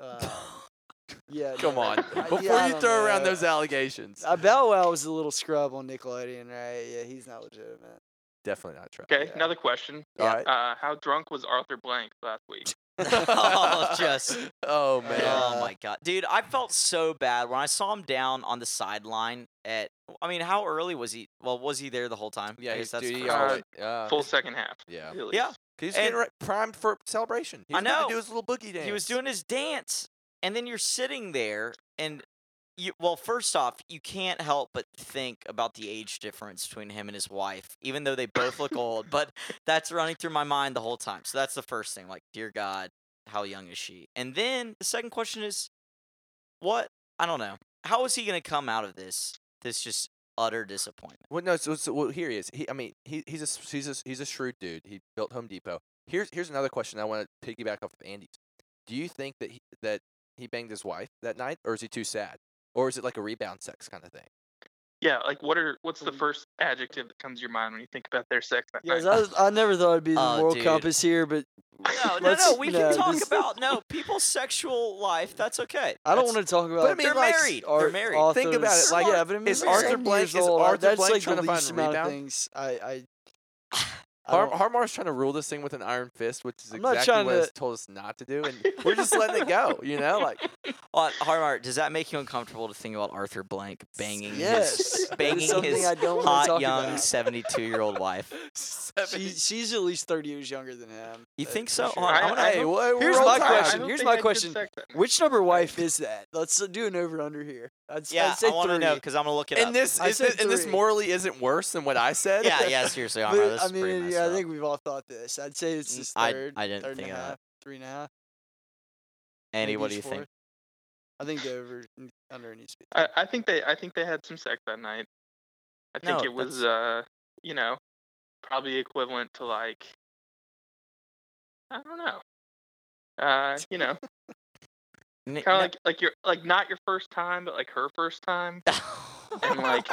S2: Uh,
S4: <laughs>
S2: yeah.
S4: Come
S2: no,
S4: on.
S2: I- yeah,
S4: Before
S2: I
S4: you
S2: don't
S4: throw around
S2: know.
S4: those allegations.
S2: Uh, Bow Wow was a little scrub on Nickelodeon, right? Yeah, he's not legitimate.
S4: Definitely not true.
S6: Okay,
S2: Yeah.
S6: another question.
S4: All right.
S6: Uh, how drunk was Arthur Blank last week?
S3: Oh, just-
S4: Oh
S3: <laughs>
S4: man.
S3: Oh my god, dude! I felt so bad when I saw him down on the sideline. At I mean, how early was he? Well, was he there the whole time?
S4: yeah,
S3: I guess
S4: he's
S3: that's
S4: dude, he
S3: correct.
S6: Uh,
S4: always- yeah.
S6: Full second half.
S4: Yeah.
S6: at least.
S3: Yeah.
S4: He's
S3: And-
S4: getting re- primed for celebration. He
S3: I
S4: was about
S3: know.
S4: To do his little boogie dance.
S3: He was doing his dance, and then you're sitting there, and you well, first off, you can't help but think about the age difference between him and his wife, even though they both look old. <laughs> But that's running through my mind the whole time. So that's the first thing. Like, dear God, how young is she? And then the second question is, what? I don't know. How is he going to come out of this? This just utter disappointment.
S4: Well, no. So, so well, here he is. He, I mean, he, he's a s- he's a s- he's a shrewd dude. He built Home Depot. Here's here's another question I want to piggyback off of Andy's. Do you think that he, that he banged his wife that night, or is he too sad, or is it like a rebound sex kind of thing?
S6: Yeah, like what are what's
S2: Um
S6: the first adjective that comes to your mind when you think about their sex? That
S2: Guys,
S6: night?
S2: I, was, I never thought I'd be the
S3: Oh,
S2: moral
S3: dude.
S2: compass here, but
S3: No, no,
S2: Let's-
S3: no. We
S2: no,
S3: can talk
S2: just-
S3: about no
S2: <laughs>
S3: <laughs> people's sexual life. That's okay.
S2: I don't
S3: That's-
S2: want to talk about.
S4: I mean,
S3: They're
S4: like,
S3: married. They're
S2: art
S3: married.
S2: authors.
S4: Think about it, like,
S2: yeah, but I mean,
S4: is
S2: we're
S4: Arthur
S2: 10
S4: Blank-
S2: years
S4: is
S2: old. I-
S4: Arthur
S2: that's
S4: Blank
S2: like
S4: trying
S2: the
S4: to find
S2: least amount
S4: rebound?
S2: of things I
S4: <laughs>
S2: I. I
S4: Har-
S2: don't-
S4: Harmar's trying to rule this thing with an iron fist, which is
S2: I'm not
S4: exactly
S2: trying
S4: what
S2: to-
S4: it's told us not to do, and we're just letting it go. You <laughs> know, like
S3: Uh, Harmar, does that make you uncomfortable to think about Arthur Blank banging
S2: Yes,
S3: his
S2: that is
S3: banging
S2: something
S3: his
S2: I don't wanna
S3: hot
S2: talk
S3: young
S2: about.
S3: seventy two year
S2: <laughs>
S3: old wife?
S2: She, she's at least thirty years younger than him.
S3: You
S2: that's
S3: think
S2: for
S3: so?
S2: sure.
S3: Hold on, I
S6: I-
S3: wanna-
S6: I-
S4: hey, well,
S2: Here's
S4: we're
S2: my
S4: on time.
S2: question.
S6: I
S2: Here's
S6: hope
S2: my
S6: they had good
S2: question.
S6: sex that night.
S2: Which number wife is that? Let's uh, do an over under here. I'd, s-
S3: yeah,
S2: I'd
S3: I
S2: say
S3: want to
S2: three.
S3: know because I'm gonna look it up.
S4: And this,
S2: I
S4: is
S2: said
S4: it- and this
S2: three.
S4: morally isn't worse than what I said.
S3: yeah,
S2: <laughs>
S3: yeah, seriously, Harmar,
S2: But,
S3: this
S2: I
S3: is pretty
S2: mean,
S3: messed
S2: yeah, I
S3: up.
S2: think we've all thought this. I'd say it's
S3: Mm,
S2: his
S3: I-
S2: third.
S3: I didn't
S2: third
S3: think
S2: and
S3: of
S2: a
S3: that.
S2: half, three and a half.
S3: Andy,
S2: maybe
S3: what do you
S2: it's
S3: think?
S2: fourth. I think the over and under needs to be.
S6: I, I think they I think they had some sex that night. I think
S3: No,
S6: it was uh you know probably equivalent to like I don't know. Uh,
S3: <laughs>
S6: you know,
S3: N-
S6: kind of
S3: no- <laughs>
S6: like like your like not your first time, but like her first time,
S3: <laughs>
S6: and like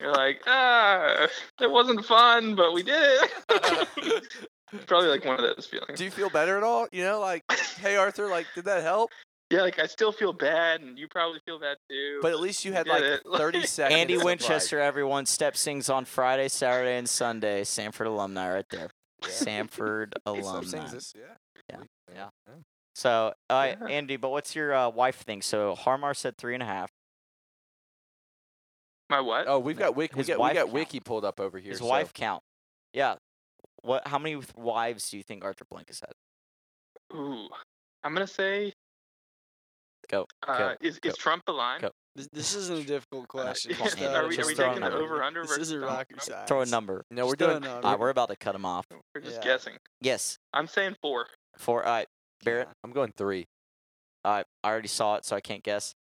S6: you're like ah, it wasn't fun, but we did <laughs> it. probably like one of those
S4: <laughs>
S6: feelings.
S4: Do you feel better at all? You know, like, hey Arthur, like, did that help?
S6: <laughs> Yeah, like I still feel bad, and you probably feel bad too.
S4: But at least you had
S6: did
S4: <laughs> like
S6: it.
S4: 30 seconds.
S3: Andy
S4: of, like- <laughs>
S3: Winchester, everyone, step sings on Friday, Saturday, and Sunday. Sanford alumni, right there.
S2: <laughs>
S3: Sanford
S4: He still sings
S3: alumni.
S4: this, yeah.
S3: Yeah. Yeah.
S4: Yeah.
S3: So, uh,
S6: Yeah.
S3: Andy, but what's your uh, wife thing? So Harmar said three and a half.
S6: my what?
S4: Oh, we've got Wiki. We
S3: His
S4: got,
S3: wife
S4: we got
S3: count.
S4: Wiki pulled up over here.
S3: His
S4: so-
S3: wife count. Yeah. What? How many with- wives do you think Arthur Blank has had?
S6: Ooh, I'm gonna say.
S3: Go,
S6: Uh, is
S3: go,
S6: is Trump the line?
S3: go.
S2: This, this isn't a difficult question.
S3: come on,
S2: Just
S3: Andy,
S2: throw it
S6: are we, are
S3: just
S6: we
S2: out
S3: throw a
S6: taking the
S2: there.
S3: number.
S6: over under
S2: This
S6: versus
S2: isn't
S6: Donald
S2: rocket
S6: Trump?
S4: Uh,
S2: science.
S3: Throw a number.
S4: No, we're
S2: Just throw a
S4: doing.
S2: number.
S3: Uh, we're about to cut him off.
S4: Oh.
S6: We're just
S2: Yeah.
S6: guessing.
S3: Yes.
S6: I'm saying four.
S3: Four. All right. Barrett.
S4: I'm going three.
S3: I I already saw it, so I can't guess.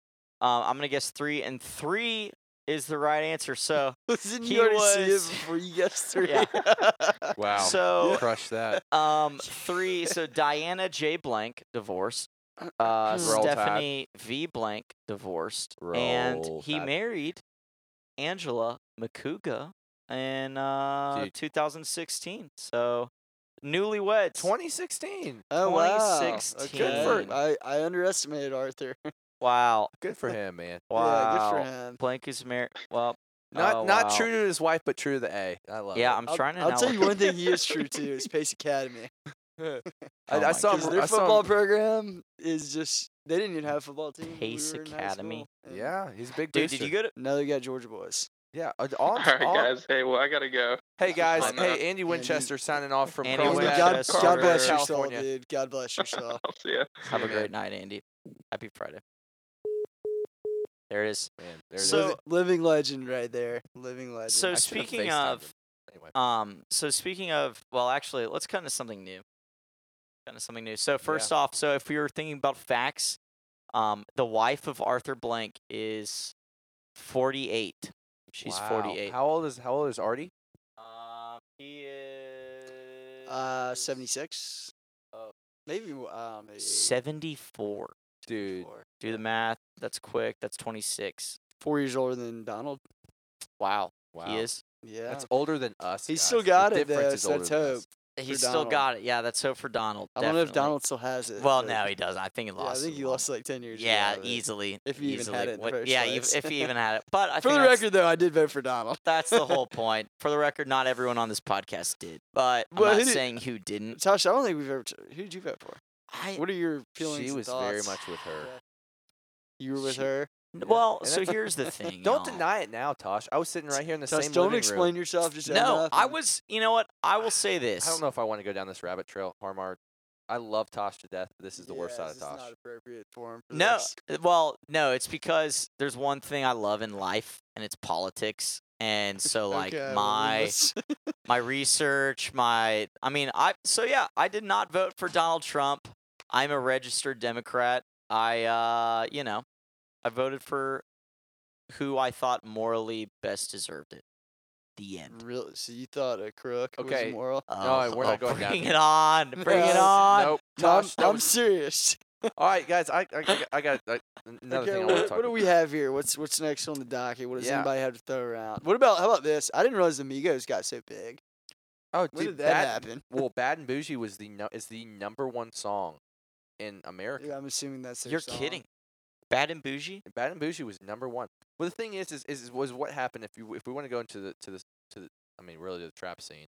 S3: Um, I'm gonna guess three, and three is the right answer. So
S2: Didn't
S3: He
S2: you already see
S3: was-
S2: it
S3: <laughs>
S2: before you guessed three?
S3: Yeah.
S2: <laughs>
S4: Wow.
S3: so
S4: Crush <laughs> that.
S3: um three. So Diana J. Blank divorced. Uh,
S4: Roll Tide.
S3: Stephanie V. Blank divorced, and
S4: Roll
S3: he
S4: Tide.
S3: married Angela McCuga in uh,
S4: Dude.
S3: 2016. So newlyweds.
S4: 2016.
S2: Oh, wow.
S3: 2016.
S2: Okay. I, I underestimated Arthur. <laughs>
S3: Wow.
S4: Good for him,
S3: <laughs>
S4: man.
S3: Wow.
S2: Yeah, good for him.
S3: Blank is married. Well,
S4: Not
S3: oh,
S4: not
S3: wow.
S4: true to his wife, but true to the A. I love
S3: Yeah,
S4: it.
S3: I'm
S2: I'll-
S3: trying to.
S2: I'll
S3: now
S2: tell
S3: look
S2: you one thing he is true to is Pace Academy.
S4: I,
S3: Oh my
S4: I saw
S2: Because
S4: him.
S2: their
S4: I
S2: football
S4: saw him.
S2: program is just they didn't even have a football team. when we
S3: Pace
S2: were in high
S3: Academy.
S2: school, and
S4: Yeah, he's a big
S3: Dude, did you
S4: booster.
S3: go to?
S2: Now they got Georgia boys.
S4: <laughs> Yeah. uh, All,
S6: All right,
S4: all-
S6: guys. Hey, well, I gotta go. <laughs>
S4: Hey guys.
S6: I'm not-
S4: Hey, Andy Winchester signing off from
S3: Andy
S4: Carlsbad,
S2: Anyway, God,
S3: Winchester,
S2: God bless
S4: Carlsbad,
S2: yourself,
S4: California.
S2: dude. God bless yourself.
S6: I'll see ya.
S3: Have a
S4: Yeah, man.
S3: great night, Andy. Happy Friday. There it is.
S4: Man, there it is.
S3: So-
S2: Liv- living legend right there. Living legend.
S3: So
S4: I should've
S3: speaking
S4: FaceTimed
S3: of-
S4: him. Anyway.
S3: Um. So speaking of, well, actually, let's cut into something new. Cut into something new. So first off, so if we were thinking about facts, um, the wife of Arthur Blank is forty-eight. She's
S4: Wow.
S3: forty-eight.
S4: How old is How old is Artie?
S3: Um, he is.
S2: uh, seventy six.
S3: Oh.
S2: Maybe uh, maybe
S3: Seventy-four.
S4: Dude,
S2: 74.
S3: Do the math. That's quick. That's twenty-six.
S2: Four years older than Donald.
S3: Wow.
S4: wow,
S3: He is.
S2: Yeah.
S4: That's older than us.
S2: He's
S4: guys.
S2: still
S4: The
S2: got it
S4: difference
S2: though,
S4: is
S2: so
S4: older
S2: that's
S4: than us.
S2: hope.
S3: He's still
S2: Donald.
S3: got it. Yeah, that's so for Donald.
S2: I don't know if
S3: definitely.
S2: Donald still has it. <laughs>
S3: Well,
S2: but-
S3: no, he doesn't. I think he
S2: Yeah,
S3: lost.
S2: I think
S3: it
S2: he
S3: long-
S2: lost like ten years.
S3: Yeah,
S2: ago, but-
S3: easily.
S2: If he even
S3: easily.
S2: had it in the
S3: What-
S2: first
S3: yeah,
S2: place.
S3: if
S2: <laughs>
S3: he even had it. But I
S2: For
S3: think
S2: the
S3: that's,
S2: record, though, I did vote for Donald. <laughs>
S3: that's the whole point. For the record, not everyone on this podcast did, but I'm
S2: Well,
S3: not
S2: who did-
S3: saying who didn't.
S2: Tosh, I don't think we've ever. T- who did you vote for?
S3: I
S2: <laughs>
S3: I,
S2: What are your feelings?
S4: She
S2: and
S4: was very
S2: thoughts?
S4: much with her.
S2: Yeah. You were with
S3: She-
S2: her.
S3: n- well,
S4: And
S3: so
S4: that's a-
S2: <laughs>
S3: here's the thing. y'all.
S4: Don't deny it now, Tosh. I was sitting right here in the
S2: Just
S4: same
S2: don't
S4: living
S2: explain
S4: room.
S2: yourself. Just
S3: No, I
S2: would.
S3: was. You know what? I will say this.
S4: I don't know if I want to go down this rabbit trail, Harmar. I love Tosh to death. but This is the worst
S2: Yeah,
S4: side of
S2: this is
S4: Tosh.
S2: Not appropriate for him. For
S3: No,
S2: this.
S3: uh, well, no, it's because there's one thing I love in life, and it's politics. And
S2: <laughs>
S3: so, like
S2: Okay, well, we
S3: my
S2: <laughs>
S4: <laughs>
S2: must-
S3: my research, my I mean, I so yeah, I did not vote for Donald Trump. I'm a registered Democrat. I uh, you know, I voted for who I thought morally best deserved it. The end.
S2: Really? So you thought a crook
S4: Okay, uh,
S2: was moral?
S3: Oh,
S4: and Mm. we're not
S3: oh,
S4: going down
S3: Bring
S4: there.
S3: it
S4: <laughs>
S3: on! Bring it
S2: No,
S3: on!
S4: Nope.
S2: No, I'm,
S4: Tosh, that
S2: I'm
S4: was-
S2: serious.
S4: All right, guys. I I, I got I, <laughs> another
S2: Okay,
S4: thing I
S2: what,
S4: want to talk
S2: what do
S4: about.
S2: we have here? What's what's next on the docket? What does
S4: Yeah.
S2: anybody have to throw around? What about how about this? I didn't realize the Migos got so big.
S4: Oh,
S2: When
S4: dude,
S2: did that
S4: Bad-
S2: happen?
S4: Well, Bad and Bougie was the nu- is the number one song in America.
S2: Yeah, I'm assuming that's their
S3: You're
S2: song.
S3: kidding. Bad and bougie.
S4: Bad and Bougie was number one. Well, the thing is, is, is was what happened if you if we want to go into the to the to the I mean really to the trap scene.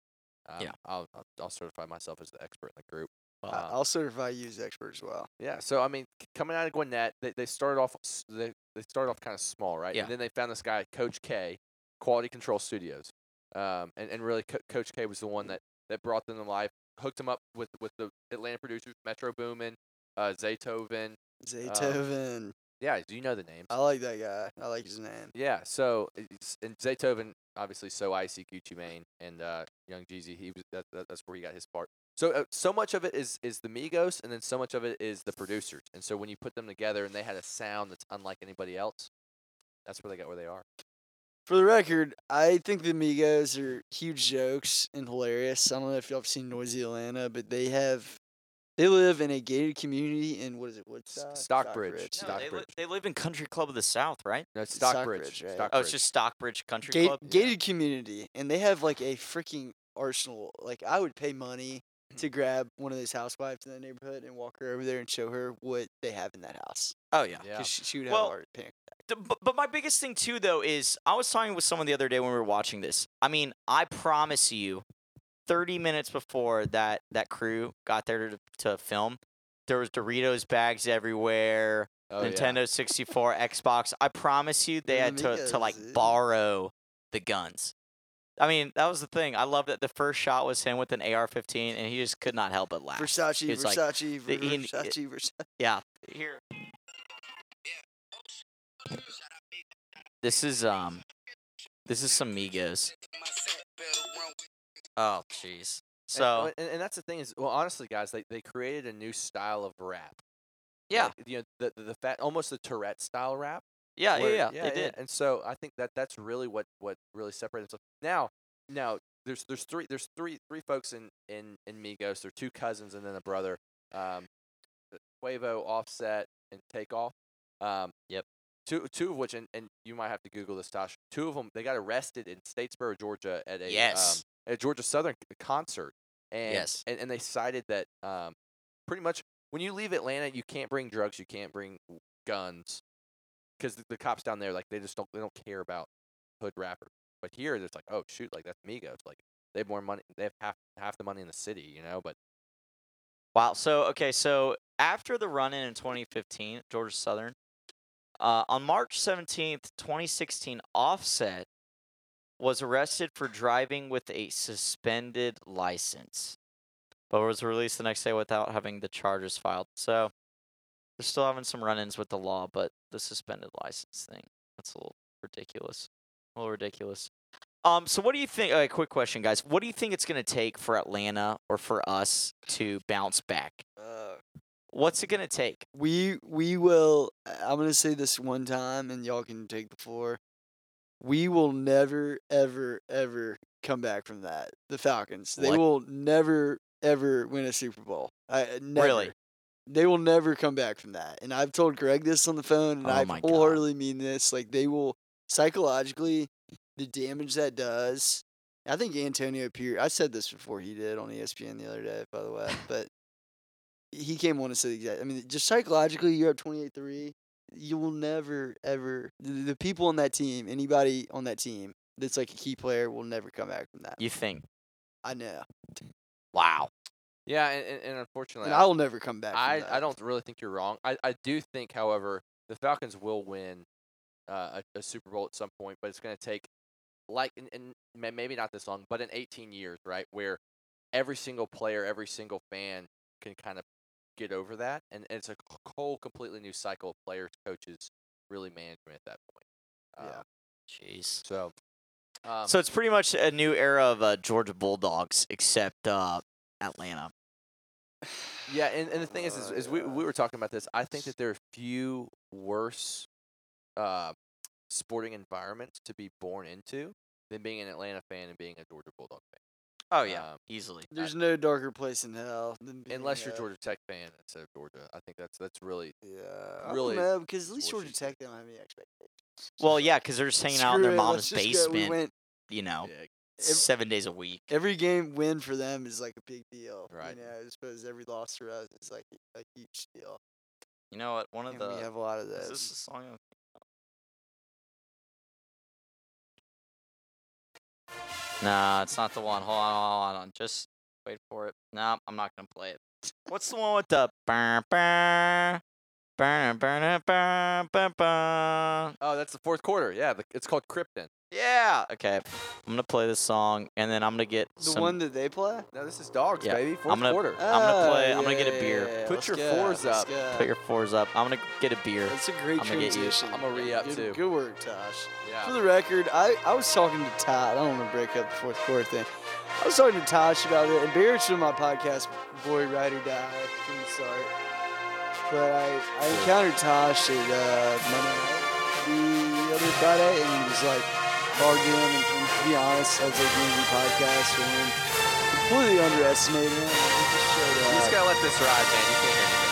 S4: Um,
S3: Yeah.
S4: I'll, I'll I'll certify myself as the expert in the group.
S2: I-
S4: Um,
S2: I'll certify you as expert as well.
S4: Yeah. So I mean, c- coming out of Gwinnett, they, they started off s- they they started off kind of small, right?
S3: Yeah.
S4: And then they found this guy, Coach K, Quality Control Studios, um, and and really Co- Coach K was the one that that brought them to life, hooked them up with with the Atlanta producers, Metro Boomin, uh, Zaytoven.
S3: Oh.
S2: Zaytoven.
S4: Yeah, do you know the names?
S2: I like that guy. I like his name.
S4: Yeah. So it's, and Zaytoven, obviously, so icy Gucci Mane and uh, Young Jeezy. He was that, that, that's where he got his part. So uh, so much of it is is the Migos, and then so much of it is the producers. And so when you put them together, and they had a sound that's unlike anybody else, that's where they got where they are.
S2: For the record, I think the Migos are huge jokes and hilarious. I don't know if y'all have seen Noisy Atlanta, but they have they live in a gated community in what is it,
S4: S-
S2: Woodstock?
S4: Stockbridge.
S3: No, they, li-
S4: Stockbridge.
S3: they live in Country Club of the South, right?
S4: No, it's
S2: Stockbridge,
S4: Stockbridge.
S2: right?
S4: Stockbridge.
S3: Oh, it's just Stockbridge Country
S2: Gate,
S3: Club. uh
S2: Gated community, and they have like a freaking arsenal. Like I would pay money
S3: Mm.
S2: to grab one of those housewives in the neighborhood and walk her over there and show her what they have in that house.
S3: Oh yeah.
S4: yeah.
S2: Cause she, she would have
S3: Well,
S2: art pink.
S3: D- But, but my biggest thing too, though, is I was talking with someone the other day when we were watching this. I mean, I promise you, thirty minutes before that that crew got there to, to film, there was Doritos bags everywhere,
S4: Oh, yeah.
S3: Nintendo sixty four, Xbox. I promise you, they
S2: Yeah,
S3: had to to like
S2: Migos, yeah.
S3: borrow the guns. I mean, that was the thing. I loved that the first shot was him with an AR fifteen, and he just could not help but laugh.
S2: Versace,
S3: It's like
S2: Versace,
S3: the- he-
S2: Versace, Versace.
S3: Yeah. Here. This is um this is some Migos. Oh jeez.
S4: And-
S3: So
S4: and, and, that's the thing is, well, honestly, guys, they, they created a new style of rap.
S3: Yeah.
S4: Like, you know, the the, the fat, almost the Tourette style rap.
S3: yeah, yeah,
S4: where-
S3: yeah, they did.
S4: And so I think that that's really what what really separated themselves. Now, now there's there's three there's three three folks in in in Migos. They're two cousins and then a brother. Um, Quavo, Offset, and Takeoff. Um,
S3: Yep.
S4: Two two of which and, and you might have to Google this, Tosh. Two of them they got arrested in Statesboro, Georgia, at a
S3: Yes.
S4: um, at a Georgia Southern c- concert. And,
S3: Yes.
S4: And and they cited that um, pretty much when you leave Atlanta, you can't bring drugs, you can't bring guns, because the, the cops down there like they just don't they don't care about hood rappers. But here it's like oh shoot like that's Migos like they have more money they have half half the money in the city you know but
S3: Wow. So okay, so after the run in in 2015, Georgia Southern, uh, on March 17th, 2016, Offset was arrested for driving with a suspended license, but was released the next day without having the charges filed. So they're still having some run-ins with the law, but the suspended license thing—that's a little ridiculous. A little ridiculous. Um, so what do you think? Uh, quick question, guys. What do you think it's going to take for Atlanta or for us to bounce back?
S2: Uh,
S3: What's it going to take?
S2: we we will I- i'm gonna say this one time and y'all can take the floor we will never ever ever come back from that the falcons they
S3: What?
S2: will never ever win a super bowl I, I- never.
S3: Really?
S2: they will never come back from that and i've told greg this on the phone and
S3: Oh
S2: i
S3: my God.
S2: wholeheartedly mean this like they will psychologically the damage that does i think antonio pierce i said this before he did on E espn the other day by the way but he came on and said the exact. I mean, just psychologically, you're up twenty eight three. You will never ever the, the people on that team, anybody on that team that's like a key player, will never come back from that.
S3: You think?
S2: I know.
S3: Wow.
S4: Yeah, and, and, and unfortunately,
S2: And I will never come back. From
S4: I,
S2: that.
S4: I don't really think you're wrong. I, I do think, however, the Falcons will win uh, a, a Super Bowl at some point, but it's going to take like and, and ma- maybe not this long, but in 18 years, right, where every single player, every single fan can kind of get over that, and it's a c- whole completely new cycle of players, coaches, really management at that point.
S2: Yeah.
S4: Um,
S3: Jeez.
S4: so. Um,
S3: So it's pretty much a new era of uh, Georgia Bulldogs, except uh, Atlanta.
S4: Yeah, and, and the thing is, is, is we, we were talking about this. I think that there are few worse uh, sporting environments to be born into than being an Atlanta fan and being a Georgia Bulldog fan.
S3: Oh
S4: Um,
S3: easily.
S2: There's no darker place in hell
S4: <laughs>
S2: than being,
S4: unless you're
S2: uh,
S4: Georgia Tech fan instead of Georgia, I think that's that's really
S2: Yeah.
S4: really
S2: No, because at least
S4: what
S2: Georgia
S4: she said.
S2: Tech they don't have any expectations.
S3: Well, yeah, because they're just hanging out
S2: Screw
S3: in their
S2: it,
S3: mom's
S2: let's just go. We
S3: basement,
S2: went-
S3: you know,
S4: big.
S2: Ev-
S3: seven days a week.
S2: every game win for them is like a big deal.
S4: Right.
S2: You know, I suppose every loss for us is like a huge deal.
S3: You know what? One of
S2: And
S3: the
S2: we have a lot of
S3: is
S2: those.
S3: this a song? I'm- Nah, it's not the one. Hold on, hold on, hold on. Just wait for it. No, I'm not gonna play it. What's the one with the burn, burn, burn, burn, burn, burn, burn?
S4: Oh, that's the fourth quarter. Yeah, the, it's called Krypton.
S3: Yeah. Okay. I'm gonna play this song, and then I'm gonna get
S2: the
S3: some-
S2: one that they play?
S4: No, this is dogs,
S3: Yeah,
S4: baby. Fourth
S3: I'm gonna-
S4: quarter.
S3: I'm gonna
S2: Oh,
S3: play- I'm gonna get a
S2: yeah,
S3: beer.
S2: yeah, yeah,
S4: Put
S2: let's
S4: your
S2: go,
S4: fours
S2: let's
S4: up.
S2: go.
S3: Put your fours up. I'm gonna get a beer.
S2: That's a great
S3: I'm gonna get you.
S2: transition.
S4: I'm a re-up
S2: good,
S4: too.
S2: Good work, Tosh. For
S4: Yeah.
S2: the record, I, I was talking to Todd. I don't want to break up the fourth quarter thing. I was talking to Tosh about it, and Barrett's from my podcast, Boy Ride or Die, from the start. But I, I encountered Tosh at uh, Monday night, the other Friday, and he was like, arguing. And, and to be honest, I was like, doing the podcast, and completely underestimated him. and he just showed
S4: You just
S2: up.
S4: gotta let this ride, man. You can't hear anything.